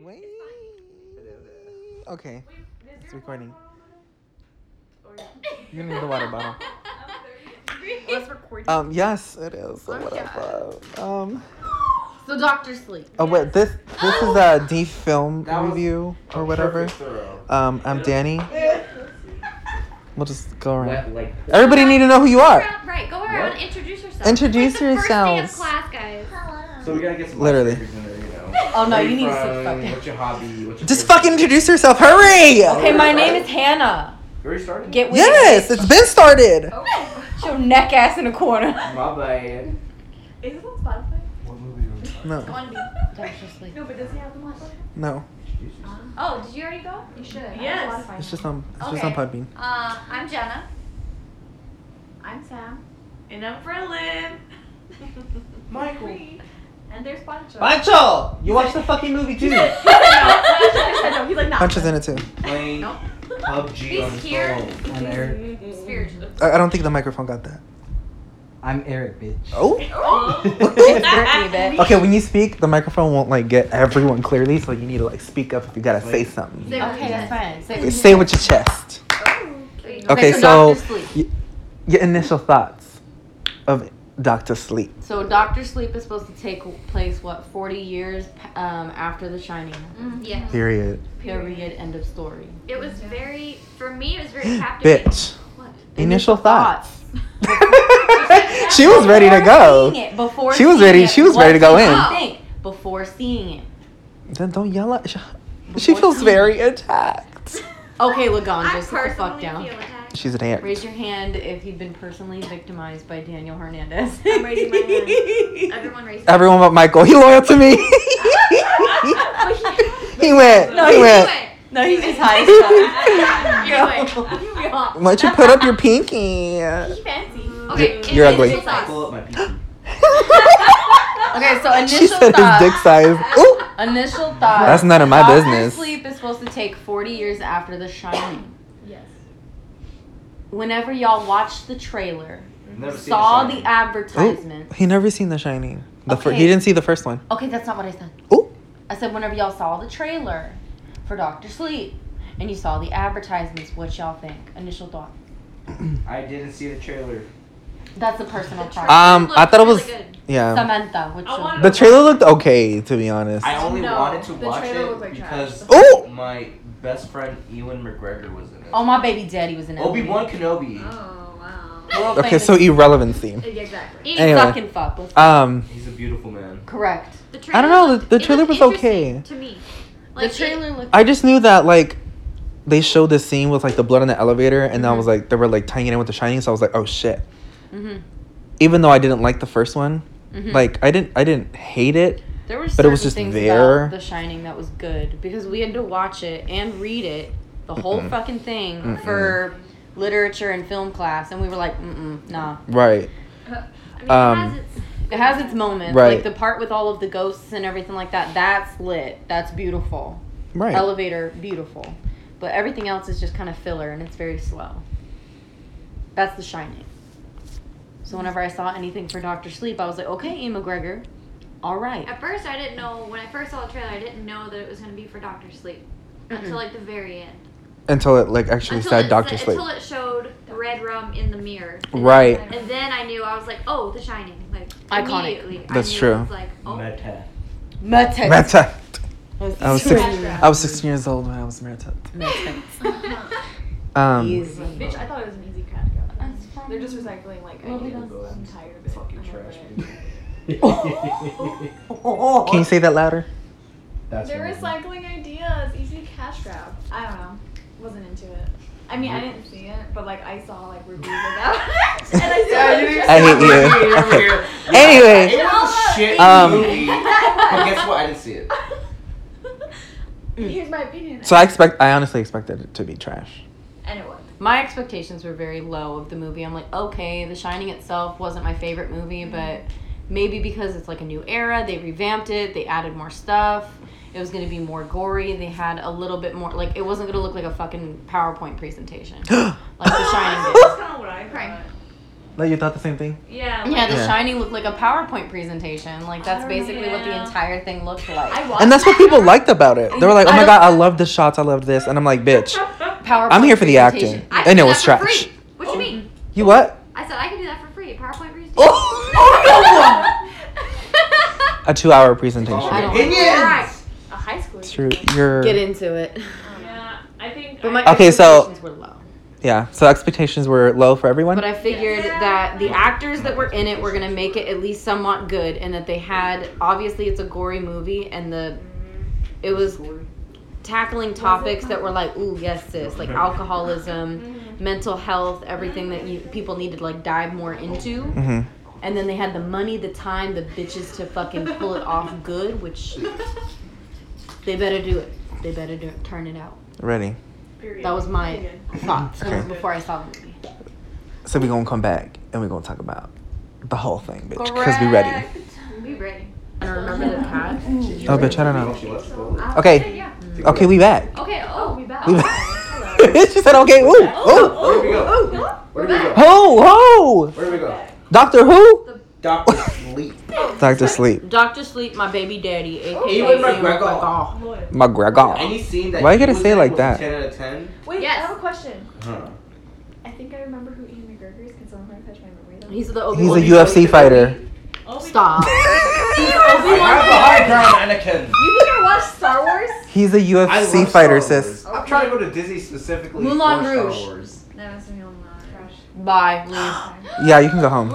Wait. Hello there. Okay. Wait, is It's there a water recording. bottle in You need the water bottle. there? Or let's record. Um. Yes, it is. So Oh, what up, uh, Um. So Doctor Sleep. Oh wait. This this is a D film That was review or whatever. Perfect thorough. Um. I'm Danny. We'll just go around. Wet like Everybody need to know who you are. Around- right, go around What? introduce yourself. Introduce It's like the yourselves. First day of class, guys. So we gotta get some Literally. last figures in there, you know. Oh no, Where you need to from, sit fucking. What's your hobby? What's your Just favorite- fucking introduce yourself. Hurry. Okay, my name is Hannah. You already started? Get with Yes, it's been started. Oh. it. Your neck ass in a corner. My bad. Is this on Spotify? What movie was that? No. Doctor Sleep. No, but does he have them on Spotify? No. Jesus. Oh, did you already go? You should. Yes. It's just on. It's just Okay. on Podbean. Uh, I'm Jenna. I'm Sam. And I'm Frelin. Michael. And there's Pancho. Michael! You watched the fucking movie too! no, he's like not. Punch is in it too. Playing Nope. PUBG on He's his here. phone. On air. Spiritual. I, I don't think the microphone got that. I'm Eric, bitch. Oh. It's Britney, bitch. Okay, when you speak, the microphone won't like get everyone clearly, so you need to like speak up if you gotta say Wait. something. Say what Okay, you said. that's fine. Say Say it with your chest. There you go. Okay, so so Dr. Sleep. y- your initial thoughts of Doctor Sleep. So Doctor Sleep is supposed to take place what 40 years um, after The Shining. Mm, yeah. Period. Period. End of story. It was very, for me, it was very captivating. Bitch. What? Initial thoughts. she was ready to Before go. seeing it, before She was seeing ready- it, she was ready to go what did in. you Think before seeing it. Then don't yell at. She, she Before feels seeing- very attacked. Okay, Lagan, I just sit the fuck personally down. feel attacked. She's an aunt. Raise your hand if you've been personally victimized by Daniel Hernandez. I'm raising my hand. Everyone raised their Everyone but Michael. He loyal to me. he went. No, he he went. no, he's just high as fuck. Anyway. Yo. Why don't you put up your pinky? Fancy. Okay, You're initial ugly. thoughts. Pull up my PC. Okay, so initial she said thoughts. his dick size. Ooh. Initial thoughts. That's none of my Doctor business. Sleep is supposed to take 40 years after The Shining. Yes. Whenever y'all watched the trailer, Never seen saw Shining. the advertisement. He never seen The Shining. The fir- he Okay. didn't see the first one. Oh. Okay, that's not what I said. Ooh. I said whenever y'all saw the trailer for Doctor Sleep and you saw the advertisements, what y'all think? Initial thought. I didn't see the trailer. That's a personal problem. Um, I Looked thought it really was good. yeah. Samantha, which I wanna- The trailer looked okay, to be honest. I only No, wanted to the watch trailer looked it like trash. because Ooh. my best friend Ewan McGregor was in it. Oh my baby daddy was in that Obi Wan movie. Kenobi. Oh, wow. World Okay, so famous. irrelevancy. Exactly. Anyway, Anyway. Suck and fuck. Let's- Um, He's a beautiful man. Correct. the trailer I don't know. looked- The, the it trailer looked was interesting okay. To me. the trailer looked. I just knew that like they showed this scene with like the blood on the elevator, and I was like, they were like tying it in with The Shining, so I was like, oh shit. hmm Even though I didn't like the first one, Mhm. like I didn't, I didn't hate it. There were But it was certain just things there. about The Shining that was good because we had to watch it and read it, the whole Mm-mm. fucking thing Mm-mm. for literature and film class, and we were like, mm-mm, nah. Right. I Um, mean, it has its, It has its moments, Right. like the part with all of the ghosts and everything like that. That's lit. That's beautiful. Right. Elevator, beautiful. But everything else is just kind of filler, and it's very slow. That's The Shining. So whenever I saw anything for Doctor Sleep, I was like, okay, Ian McGregor, all right. At first, I didn't know. When I first saw the trailer, I didn't know that it was going to be for Doctor Sleep until like the very end. until it like actually until said it Doctor sa- Sleep. Until it showed red rum in the mirror. Right. And then I knew. I was like, oh, The Shining. Like Iconic. immediately. I That's knew, true. I was like, oh, Meta. Meta. Meta. I was six. Meta. I was 16 years old when I was married. to- Um, Easy. Bitch, I thought it was an easy craft job. They're just recycling like Well, we ideas. don't- I'm tired of it. Fucking I'm over trash. it. bitch. can you say that louder? That's They're what I recycling ideas. Easy cash grab. I don't know. Wasn't into it. I mean, I didn't see it, but like I saw like reviews about it, and Yeah, I said, you didn't I hate see it. you. Over here. Anyway. it was a shit Um, movie. But guess what? I didn't see it. Mm. Here's my opinion. So I expect. I honestly expected it to be trash. and it was. My expectations were very low of the movie. I'm like, okay, The Shining itself wasn't my favorite movie, but maybe because it's like a new era, they revamped it, they added more stuff. It was going to be more gory. They had a little bit more, like, it wasn't going to look like a fucking PowerPoint presentation. like The Shining did. That's kind of what I Right. thought. No, you thought the same thing. Yeah. Yeah, The Yeah. Shining looked like a PowerPoint presentation. Like that's Oh, basically what the yeah. entire thing looked like. I watched And that's what people liked about it. They were like, "Oh my I- god, I love the shots. I love this." And I'm like, "Bitch, PowerPoint I'm here for the presentation. acting." I know could do it's that for trash. free. What you mean? You what? I said I could do that for free. PowerPoint presentation. Oh, A two-hour presentation. Oh, I don't- opinions. Right. a high school. It's true. You're Get into it. yeah, I think. But my Okay, so- expectations were low. yeah. So expectations were low for everyone. But I figured Yeah. that the actors that were in it were gonna make it at least somewhat good, and that they had obviously it's a gory movie, and the it was tackling topics that were like, ooh, yes, sis, like alcoholism, mental health, everything that you, people needed like dive more into. hmm And then they had the money, the time, the bitches to fucking pull it off good, which they better do it. They better do it, turn it out. Ready. Period. That was my thoughts Okay. before I saw the movie. So we gonna come back and we gonna talk about the whole thing, bitch. Because we ready. Be ready. I don't remember the pad. Oh, bitch, I don't know. She left. Oh, Okay. Yeah. Okay, we back. Okay. Oh, Oh. we back. We back. she said, "Okay, ooh, ooh, Where do we go? Where do we go? ho, ho, Where do we go? Doctor Who, Doctor Sleep. Doctor Sleep, Doctor Sleep, my baby daddy, aka Ewan Ewan McGregor. McGregor. Loyal. McGregor." Any scene that Why you he gotta was say it in like was a that? Ten out of ten. Wait, I Yes. have a question. Huh. I think I remember who Ian McGregor is. Can someone refresh my memory? though? He's the He's a Obi-Wan. UFC fighter. Stop. Oh, I have a high ground, Anakin. You never watched Star Wars? He's a I love UFC Star fighter, Wars. sis. I'm trying to go to Disney specifically Moulin for Rouge. Star Wars. No, it's me on Crash. Bye. Leave. Yeah, you can go home.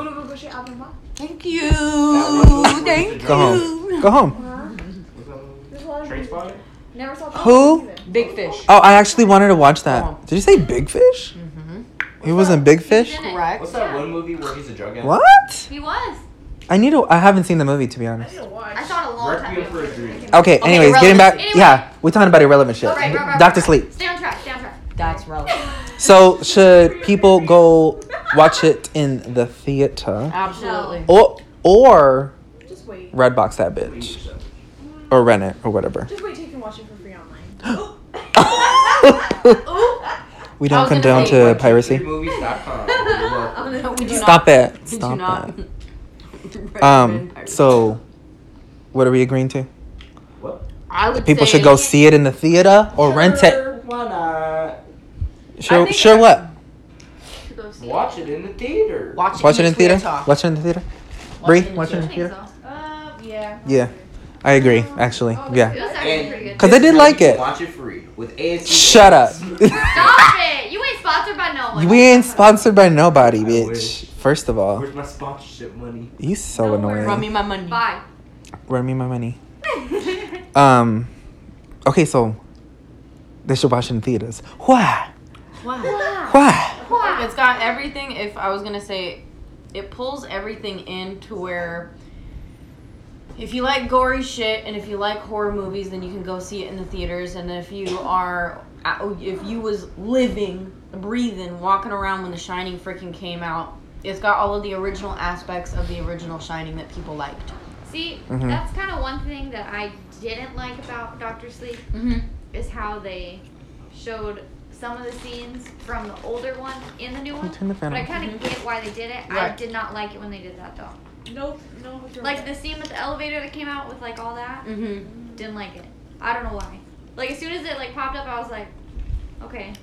Thank you. was- Thank Go home. Go home. Train spotting? Never saw Who? Trainspotting either. Big fish. Oh, I actually wanted to watch Go on. that. Did you say Big Fish? Mm-hmm. It wasn't Big Fish. Correct. What's that one movie where he's a drug addict? What? He was. I need to. I haven't seen the movie to be I honest. need to watch. I saw it a long time Requiem for a ago. Dream. Okay. Okay, Anyways, getting back. irrelevant. Yeah, we're talking about irrelevant shit. Right, right, right, Doctor right. Sleep. Stay on track. Stay on track. That's relevant. So should people go watch it in the theater Absolutely. or or Just wait. Redbox that bitch or rent it or whatever? Just wait till you can watch it for free online. we don't I was gonna condone say- to piracy. Movies.com. No, we do Stop not. it. We Stop do not. that. Um. So, what are we agreeing to? I would People say should go see it in the theater or rent it. Why not? I Sure. think Sure. I- What? To go see Watch it in the theater. Watch it, Watch it in theater. Watch Watch it in the theater. it Bree, the watch it in theater. the theater. Uh, yeah. Yeah. I agree. Actually, yeah. It was actually pretty good. Cause I did like it. Watch it free with ASC. Shut up. Stop it! You ain't sponsored by no one. we ain't sponsored by nobody, I bitch. wish. First of all, Where's my sponsorship money? you so No, we're- Run annoying. me my money. Bye. Run me my money. Um. Okay, so they should watch in theaters. Why? Wow. Why? It's got everything. If I was gonna say, it pulls everything in to where. If you like gory shit and if you like horror movies, then you can go see it in the theaters. And if you are, oh, if you was living, breathing, walking around when The Shining freaking came out, it's got all of the original aspects of the original Shining that people liked. See, Mm-hmm. Mhm. that's kind of one thing that I didn't like about Doctor Sleep Mm-hmm. is how they showed some of the scenes from the older one in the new one. Turn the But fan I off. kind Mm-hmm. of get why they did it. I Right. did not like it when they did that though. Nope. No. you're Like right. the scene with the elevator that came out with like all that. Mm-hmm. Didn't like it. I don't know why. Like as soon as it like popped up, I was like, okay.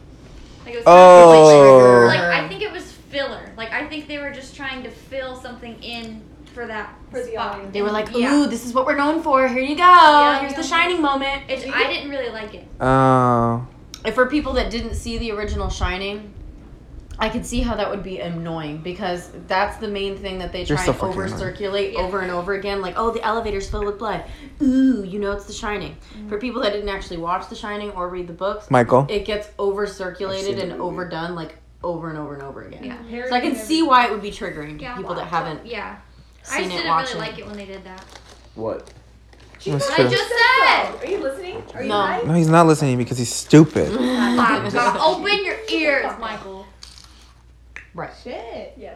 Like it was Oh. like I think it was filler. Like I think they were just trying to fill something in for that For the spot. audience. They were like, "Ooh, Yeah. this is what we're known for. Here you go. Here's the yeah. Shining moment." It, I didn't really like it. Oh. And for people that didn't see the original Shining, I could see how that would be annoying because that's the main thing that they You're try so and fucking over annoying. circulate Yeah. over and over again. Like, oh, the elevator's filled with blood. Ooh, you know it's The Shining. Mm. For people that didn't actually watch The Shining or read the books, Michael. it gets over I've seen circulated the and movie. overdone like over and over and over again. Yeah. Mm-hmm. So I can see why it would be triggering to Yeah. people that haven't Yeah. I seen just it, didn't watch really like it. it when they did that. What? That's I true. just So, said. Are you listening? Are you No. No, he's not listening because he's stupid. My God. Open your ears, Michael. Shit. Yeah.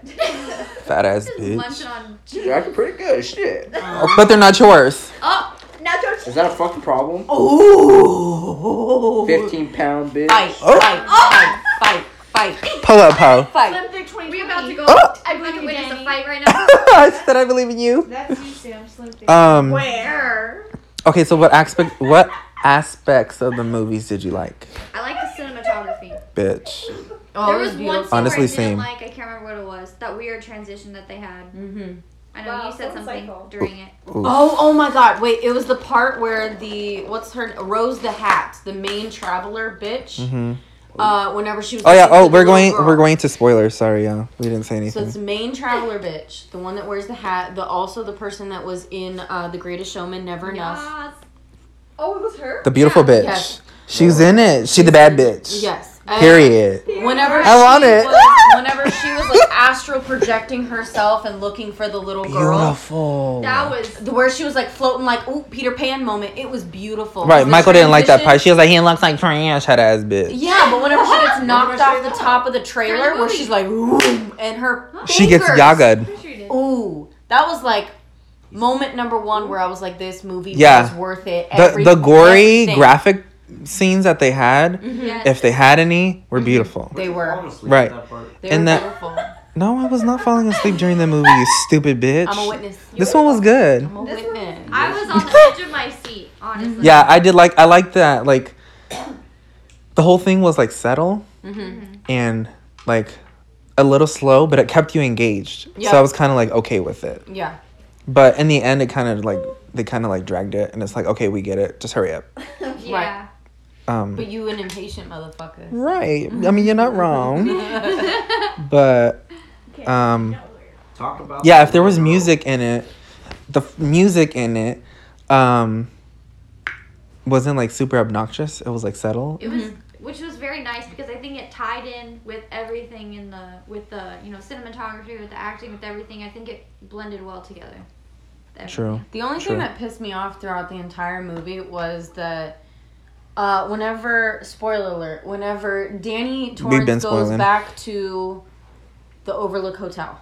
Fat ass Just bitch. munching on. You're acting pretty good. Shit. Oh, but they're not yours. Oh, Now don't Is that a fucking problem? Ooh. Fifteen pound bitch. Oh, Fight, Oh. fight, fight, fight, fight, Pull up, hoe. fight. Olympic 2020. we about to go Oh. I I'm believe gonna you, witness Danny. a fight right now. I said I believe in you. That's you, Sam. Slim Thing. Um. Where? Okay, so what aspect? What aspects of the movies did you like, I like the cinematography. bitch? Oh, there it was one scene Honestly, where I didn't same. like. I can't remember what it was. That weird transition that they had. Mm-hmm. I know Wow, you said full something cycle. during it. Ooh. Oh, oh my God! Wait, it was the part where the what's her Rose the Hat, the main traveler bitch. hmm Uh, whenever she was. Oh yeah. dating Oh, the we're little going. girl. We're going to spoilers. Sorry, yeah. We didn't say So anything. it's the main traveler bitch, the one that wears the hat, the also the person that was in uh, the Greatest Showman, Never Enough. Yes. Oh, it was her. The beautiful yeah, bitch. yes. She's in it. She the bad bitch. Yes. And Period. Whenever I want she it. was- whenever she was like astral projecting herself and looking for the little girl. Beautiful. That was. The- Where she was like floating, like ooh Peter Pan moment. It was beautiful. Right, The Michael didn't like that part. transition- She was like, he looks like trash head ass bitch. Yeah, but whenever she gets knocked off the that. top of the trailer, where movie. she's like, "Vroom," and her She gets fingers- yagaed. Pretty sure you did. Ooh, that was like moment number one where I was like, "This movie Yeah. was worth it." The Every- the gory everything. graphic scenes that they had, Mm-hmm. Yes. if they had any, were beautiful. They were. Honestly, Right. that part- They and were that- beautiful. No, I was not falling asleep during the movie, you stupid bitch. I'm a witness. This one was good. I'm a This one- witness. I was on the edge of my seat, honestly. Yeah, I did like I liked that. Like the whole thing was like settle Mm-hmm. and like a little slow, but it kept you engaged. Yeah. So I was kind of like okay with it. Yeah. But in the end, it kind of like they kind of like dragged it, and it's like okay, we get it. Just hurry up. Yeah. Um, But you an impatient motherfucker. Right. I mean, you're not wrong, but um, Talk about yeah, if there was music in it, the f- music in it um, wasn't like super obnoxious. It was like subtle. It was, which was very nice because I think it tied in with everything in the with the you know cinematography, with the acting, with everything. I think it blended well together. Everything. True. The only True. thing that pissed me off throughout the entire movie was that uh, whenever spoiler alert, whenever Danny Torrance been goes spoiling. back to the Overlook Hotel.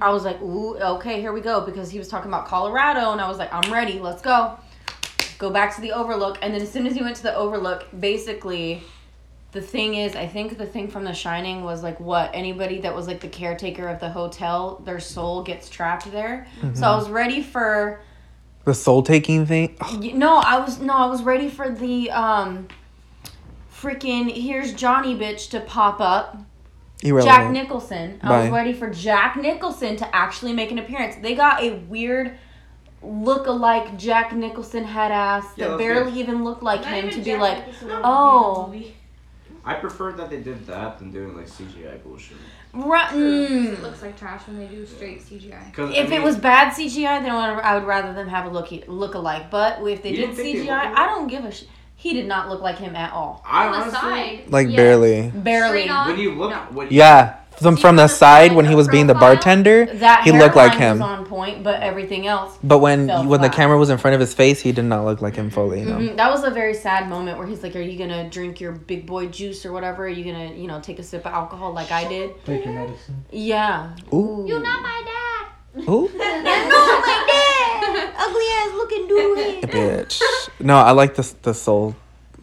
I was like, ooh, okay, here we go, because he was talking about Colorado, and I was like, I'm ready, let's go. Go back to the Overlook, and then as soon as he went to the Overlook, basically, the thing is, I think the thing from The Shining was like, what? Anybody that was like the caretaker of the hotel, their soul gets trapped there. So Mm-hmm. I was ready for The soul taking thing. Ugh, Y- No, I was no, I was ready for the um freaking here's Johnny bitch to pop up. irrelevant. Jack Nicholson. I was Bye. ready for Jack Nicholson to actually make an appearance. They got a weird look alike Jack Nicholson head ass Yeah, that that's barely good. even looked like Not him even to be Jack like Nicholson wanted to be in the oh. movie. I preferred that they did that than doing like CGI bullshit. "Ra- It mm." looks like trash when they do straight CGI. 'Cause, I If it mean, was bad CGI, then I would- I would rather them have a look look alike. But if they You did didn't think they CGI, looked I don't give a sh- He did not look like him at all. I On the honestly, side, like yeah. barely. Barely. Straight on. when you look, No. when you- Yeah. From See, from the the side when side, he the was being the profile, bartender, That he looked like hairline him. was on point, but everything else. But when fell when the flat. camera was in front of his face, he did not look like him fully. You know. Mhm, That was a very sad moment where he's like, "Are you gonna drink your big boy juice or whatever? Are you gonna, you know, take a sip of alcohol like I did?" Take your medicine. Yeah. Ooh. You're not my dad. Ooh. You're not my dad. Ugly ass looking dude. bitch. No, I like the the soul,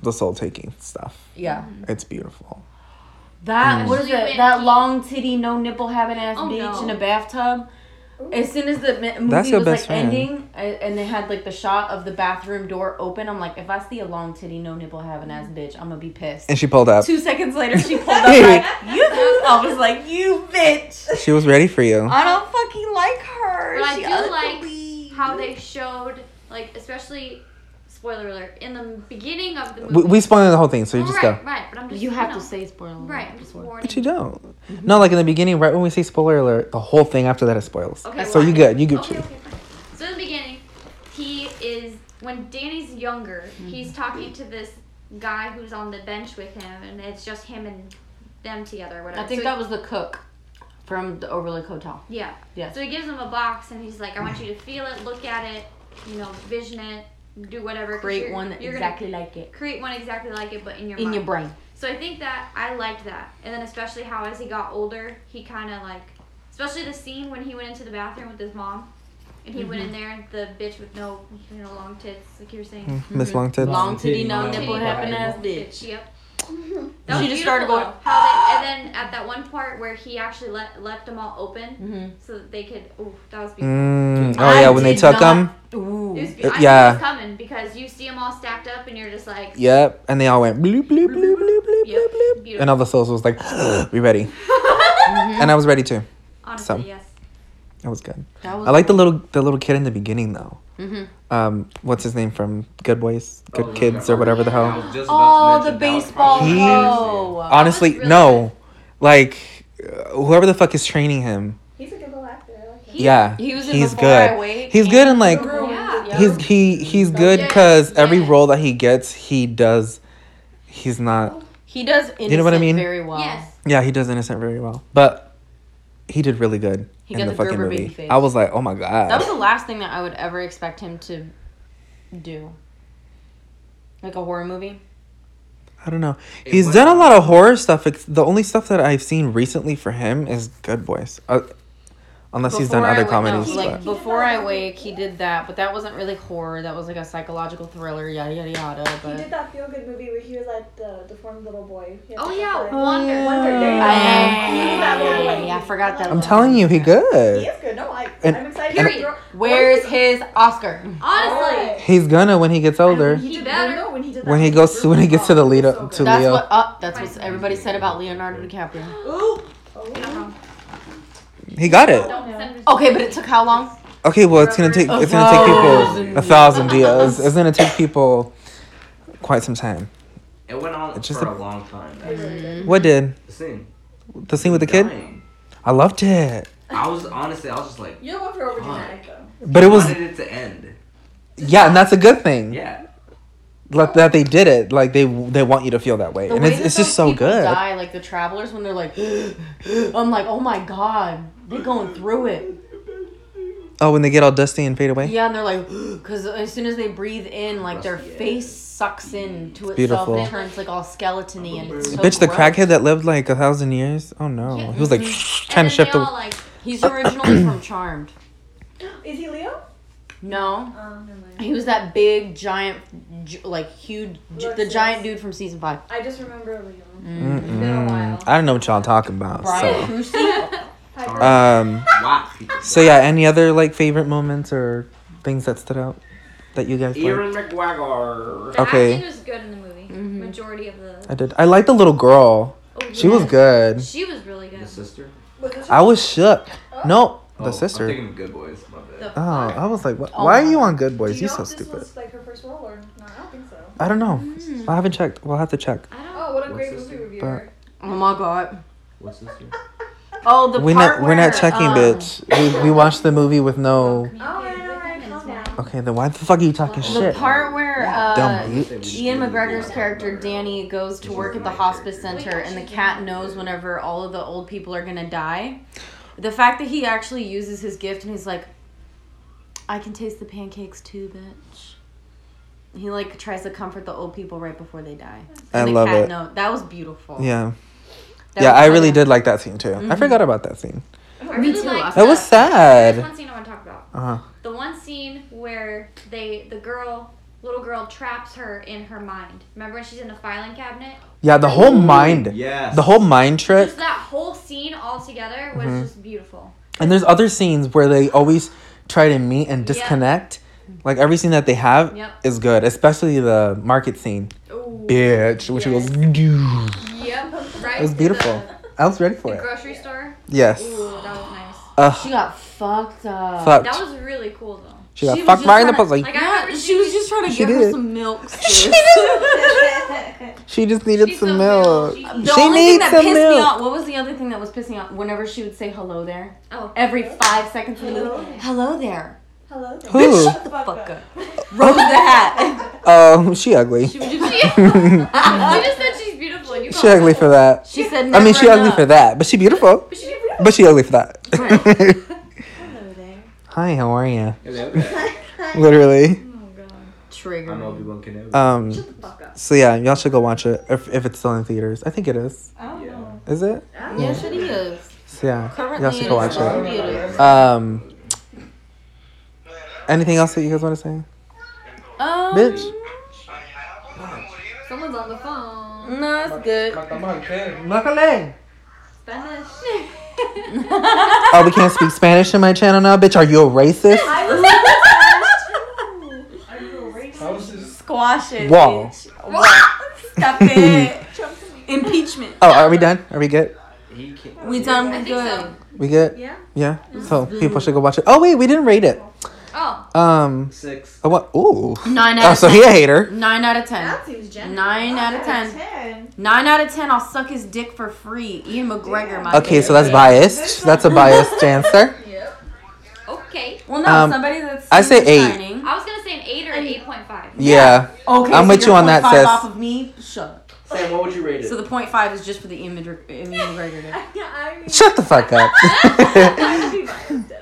the soul taking stuff. Yeah. It's beautiful. Mm. That what is Especially it? when That he- long titty, no nipple having ass Oh, bitch no. in a bathtub. As soon as the mi- movie That's your was like best friend. ending, a- and they had like the shot of the bathroom door open, I'm like, if I see a long titty, no nipple having ass bitch, I'm gonna be pissed. And she pulled up. Two seconds later, she pulled up like, "You." I was like, "You bitch." She was ready for you. Uh, I don't fucking like her. But I She do like ugly. How they showed, like especially, spoiler alert, in the beginning of the movie. We, we spoiled the whole thing, so you just right, go. right. But I'm just You have no. to say spoiler. alert right. I'm just before. warning. But you don't. No, like in the beginning, right when we say spoiler alert, the whole thing after that is spoils. Okay, so well, you I- good. You good. Okay, okay, fine. So in the beginning, he is when Danny's younger. He's Mm-hmm. talking to this guy who's on the bench with him, and it's just him and them together. Whatever. I think So- that was the cook from the Overlook Hotel. Yeah. Yeah. So he gives him a box, and he's like, "I want you to feel it, look at it, you know, vision it, do whatever." 'cause Great you're- one that you're exactly like it Gonna create one exactly like it, but in your in mind. your brain. So I think that I liked that, and then especially how as he got older, he kind of like, especially the scene when he went into the bathroom with his mom, and he went Mm-hmm. in there and the bitch with no, you know, Mm. long tits, like you were saying. Mm-hmm. Miss Long Tits. Long titty, no Long nipple, titty, happen no ass Bitch, bitch. Yep. That She was just beautiful, started going, though, How they, and then at that one part where he actually let, left them all open Mm-hmm. so that they could. Oh, that was beautiful. Mm, oh yeah, when they took them. Ooh. It was Uh, beautiful. I yeah. knew it was coming because you see them all stacked up and you're just like, Yep, and they all went bloop bloop bloop bloop bloop Yep. bloop bloop, Beautiful. and all the souls was like, "We ready?" And I was ready too. honestly, Some. yes. It was good. That was I like the little the little kid in the beginning though. Mhm. Um, what's his name from Good Boys, Good Oh, yeah. Kids, or whatever the I hell? was just about Oh, to the mention that was baseball probably the He- best. hoe. Honestly, really no. Like uh, whoever the fuck is training him. He's a good little actor. I like him. yeah, He was in he's Before I good. Wake. He's good in like Yeah. he's he he's good Yes, because every yes. role that he gets, he does. He's not. He does innocent know what I mean? very well. Yes. Yeah, he does innocent very well, but he did really good He in got the, the fucking Gerber movie. baby face. I was like, oh my god. That was the last thing that I would ever expect him to do. Like a horror movie. I don't know. It He's was- done a lot of horror stuff. It's, the only stuff that I've seen recently for him is Good Boys, uh, unless he's done Before I other Wake- no, comedies. like but. before I wake, he did that, but that wasn't really horror. That was like a psychological thriller, yada yada yada. He did But that feel good movie where he was like the deformed little boy. He had Oh, the yeah. hair. Wonder. Wonder. There you go. Yeah. He was that little boy. Yeah, I forgot that I'm telling you, he He good. is good. No, I, And- I'm excited. and- Girl- where's his Oscar? Honestly. He's gonna when he gets older. He did better. no, when he did When that he was goes really when he gets to the wrong. lead It was so up to good. That's Leo. what uh, that's what everybody said about Leonardo DiCaprio. Oh. He got it. Don't send me- Okay, but it took how long? Okay, well it's gonna take it's gonna take people a thousand years. It's gonna take people quite some time. It went on It's just for a- a, long time. What did The scene. the scene with the kid? Dying. I loved it, I was honestly, I was just like, You're the one for over Fuck. dramatic though. but it was wanted it to end. yeah, and that's a good thing. Yeah. Like that they did it. Like they they want you to feel that way, The and way it's that it's just those so people good. Die like the travelers when they're like, I'm like, oh my god, they're going through it. Oh, when they get all dusty and fade away. Yeah, and they're like, because as soon as they breathe in, like their Rusty, yeah. face sucks in to itself Beautiful. and it turns like all skeletony and it's so Bitch, the gross. crackhead that lived like a thousand years. Oh no, he was like trying and to then shift they the. all, like, He's originally from Charmed. Is he Leo? No, Um, never mind. he was that big giant, gi- like huge, gi- the Alexis. giant dude from season five. I just remember Leo. Mm-mm. been a while. I don't know what y'all talking about. Brian So. Crusoe. All right. Um. wow. people. So yeah, any other like favorite moments or things that stood out that you guys liked? Aaron McGregor. the Okay. acting was good in the movie. Majority of the. I did. I liked the little girl. Oh, She was yes. good. She was really good. The sister. Was it I was shook. No, the Oh, I'm sister. thinking of Good Boys. My bad. Oh, I was like, what? Oh why are my you on Good Do Boys? you You so know if this stupid. was like her first role or not? I don't think so. I don't know. I haven't checked. We'll have to check. I don't. Oh, what a What's great this movie thing? reviewer. Oh my god. What sister? Oh, the We're part not. We're not where, checking, um, bitch. We, we watched the movie with no. Oh, I know, I calm down. Okay, then why the fuck are you talking The shit? part where uh, Dumb bitch. Ian McGregor's character Danny goes to work at the hospice center, and the cat knows whenever all of the old people are gonna die. The fact that he actually uses his gift and he's like, "I can taste the pancakes too, bitch." He like tries to comfort the old people right before they die. I And the love cat it. know- that was beautiful. Yeah. That yeah, was I like Mm-hmm. really a- did like that scene too. I forgot about that scene. I really too. liked That was the- sad. There's one scene I want to talk about. Uh huh. The one scene where they, the girl, little girl, traps her in her mind. Remember when she's in the filing cabinet? Yeah, the whole mind, Yes. the whole mind trick, Just that whole scene all together was Mm-hmm. just beautiful. and there's other scenes where they always try to meet and disconnect. Like every scene that they have Yep. is good, especially the market scene, Ooh. bitch, which Yes. goes. It Yep. Right. was to beautiful. I was ready for The, the it. grocery store. Yes. Ooh, that was nice. She Ugh. got fucked up. Fucked. That was really cool though. she got she was fucked just right in the tryna- pussy. Like I Yeah, remember she was just trying to She give her did. some milk. She sis. she just needed She's some so milk. She- The She only thing needs that some pissed me milk. off. What was the other thing that was pissing me off? Whenever she would say hello there, oh, every five seconds of the movie, hello there. Hello. there. Who? Shut the fuck Fuck up. up. Rose the hat. Um, she ugly. She She was she, just. she just said she's beautiful. You called her ugly for that. She said. I mean, "Never she ugly enough." for that, but she beautiful. But she didn't really But she ugly for that. Right. Hello there. Hi, how are you? I Literally. Trigger. know everyone can ever. Um. Shut the fuck up. So yeah, y'all should go watch it if, if it's still in theaters. I think it is. I don't Yeah. know. Is it? Yes, it is. So yeah, Currently, y'all it should is go watch on it. theaters. Um. Anything else that you guys want to say? Um, Bitch. I have one, what do you? Someone's on the phone. No, it's good. Macale. Spanish. Oh, we can't speak Spanish in my channel now, bitch. Are you a racist? I was like, Spanish too. Are you a racist? Squash it. Wall. bitch. Stop it. Impeachment. Oh, are we done? Are we good? We done. We think so. good. We good? Yeah. Yeah. So people should go watch it. Oh wait, we didn't rate it. Oh, Um. Six. Oh, what? Ooh. Nine out Oh, of so ten. he a hater. Nine out of ten. That seems generous. Nine out of ten. Nine out of ten. I'll suck his dick for free. Ian McGregor, my Okay, so bitch. that's biased. That's a biased answer. Yep. okay. well, no, um, somebody that's I say seen The eight. Shining. I was gonna say an eight or an eight point five. Yeah. Okay, I'm so with your you on that, 0.5 sis. Off of me, shut. up. Sam, what would you rate it? So the point five is just for the Ian Mc- Ian McGregor. dick. I mean, Shut the fuck up. I would be biased, deadass.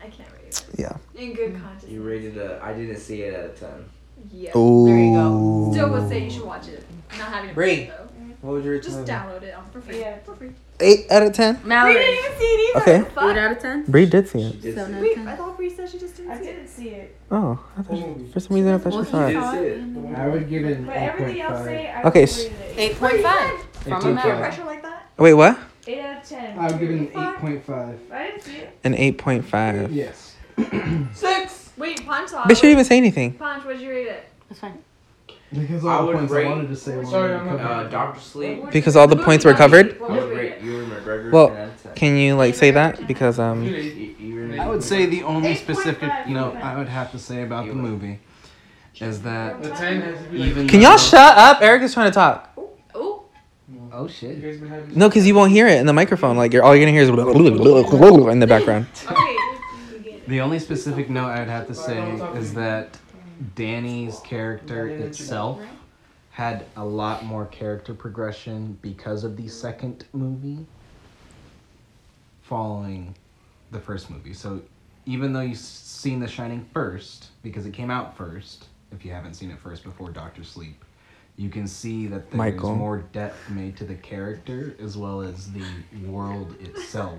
I can't read it. Yeah. In good conscience. you rated a. I didn't see it out of ten. Yeah. Ooh. There you go. Still would say you should watch it. Not having to Bree. read it though. What would you rate the Just movie? download it on for free. Yeah. For free. Eight out of ten. We Mallory, didn't even see it either. Okay. eight Fuck. out of ten. Bree did see it. She did see Seven out it. of Wait, ten. I thought Bree said she just didn't I see it. didn't see it. Oh, I thought she, movie? for some reason I thought Well, she he saw You it. did see it. I would give it an But everything else say 8.5. I Okay, would s- rate it. 8.5. From a 8.5. Mallory. Pressure like that? Wait, what? 8 out of 10. I would give it an 8.5. I didn't see it. An eight point five. Yes. Six. Wait, Punch Bitch, she didn't even say anything. Punch, what'd you rate it? That's fine. Because I all the would points rate- I wanted to say were Uh, Doctor Sleep. Because all the movie, points were not covered. What I would would you rate rate it? Ewan McGregor Well, an out of ten. Can you like say that? Because um. You- you rated I it. would say the only 8.5 specific note I would have to say about the You would. movie is that The even Can y'all though- shut up? Eric is trying to talk. Oh, Oh shit! No, because you won't hear it in the microphone. Like you're all you're gonna hear is in the background. Okay. The only specific note I'd have to say is that Danny's character itself had a lot more character progression because of the second movie following the first movie. So even though you've seen The Shining first, because it came out first, if you haven't seen it first before Doctor Sleep, you can see that there's Michael. more depth made to the character as well as the world itself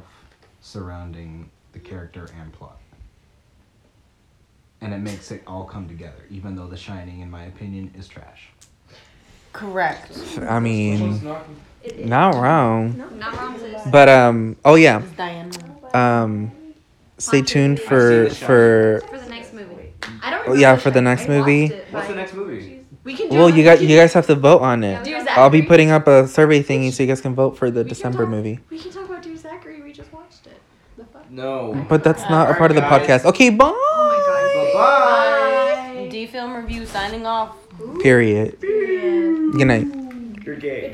surrounding the character and plot. And it makes it all come together, even though The Shining, in my opinion, is trash. Correct. I mean, not wrong. not wrong, sis. But um. Oh yeah. It's Diana. Um. Stay tuned for for. For the next movie. I don't Oh, remember. yeah, for the I next watched movie. it, but What's the next movie? We can do Well, it. you guys you guys have to vote on it. Dear Zachary. I'll be putting up a survey thingy so you guys can vote for the December movie. We can talk about Dear Zachary. We just watched it. The fuck? No. But that's not a part of the podcast. Okay, bye. Bye D Film Review signing off. Period. Yeah. Good night. bye. You're gay.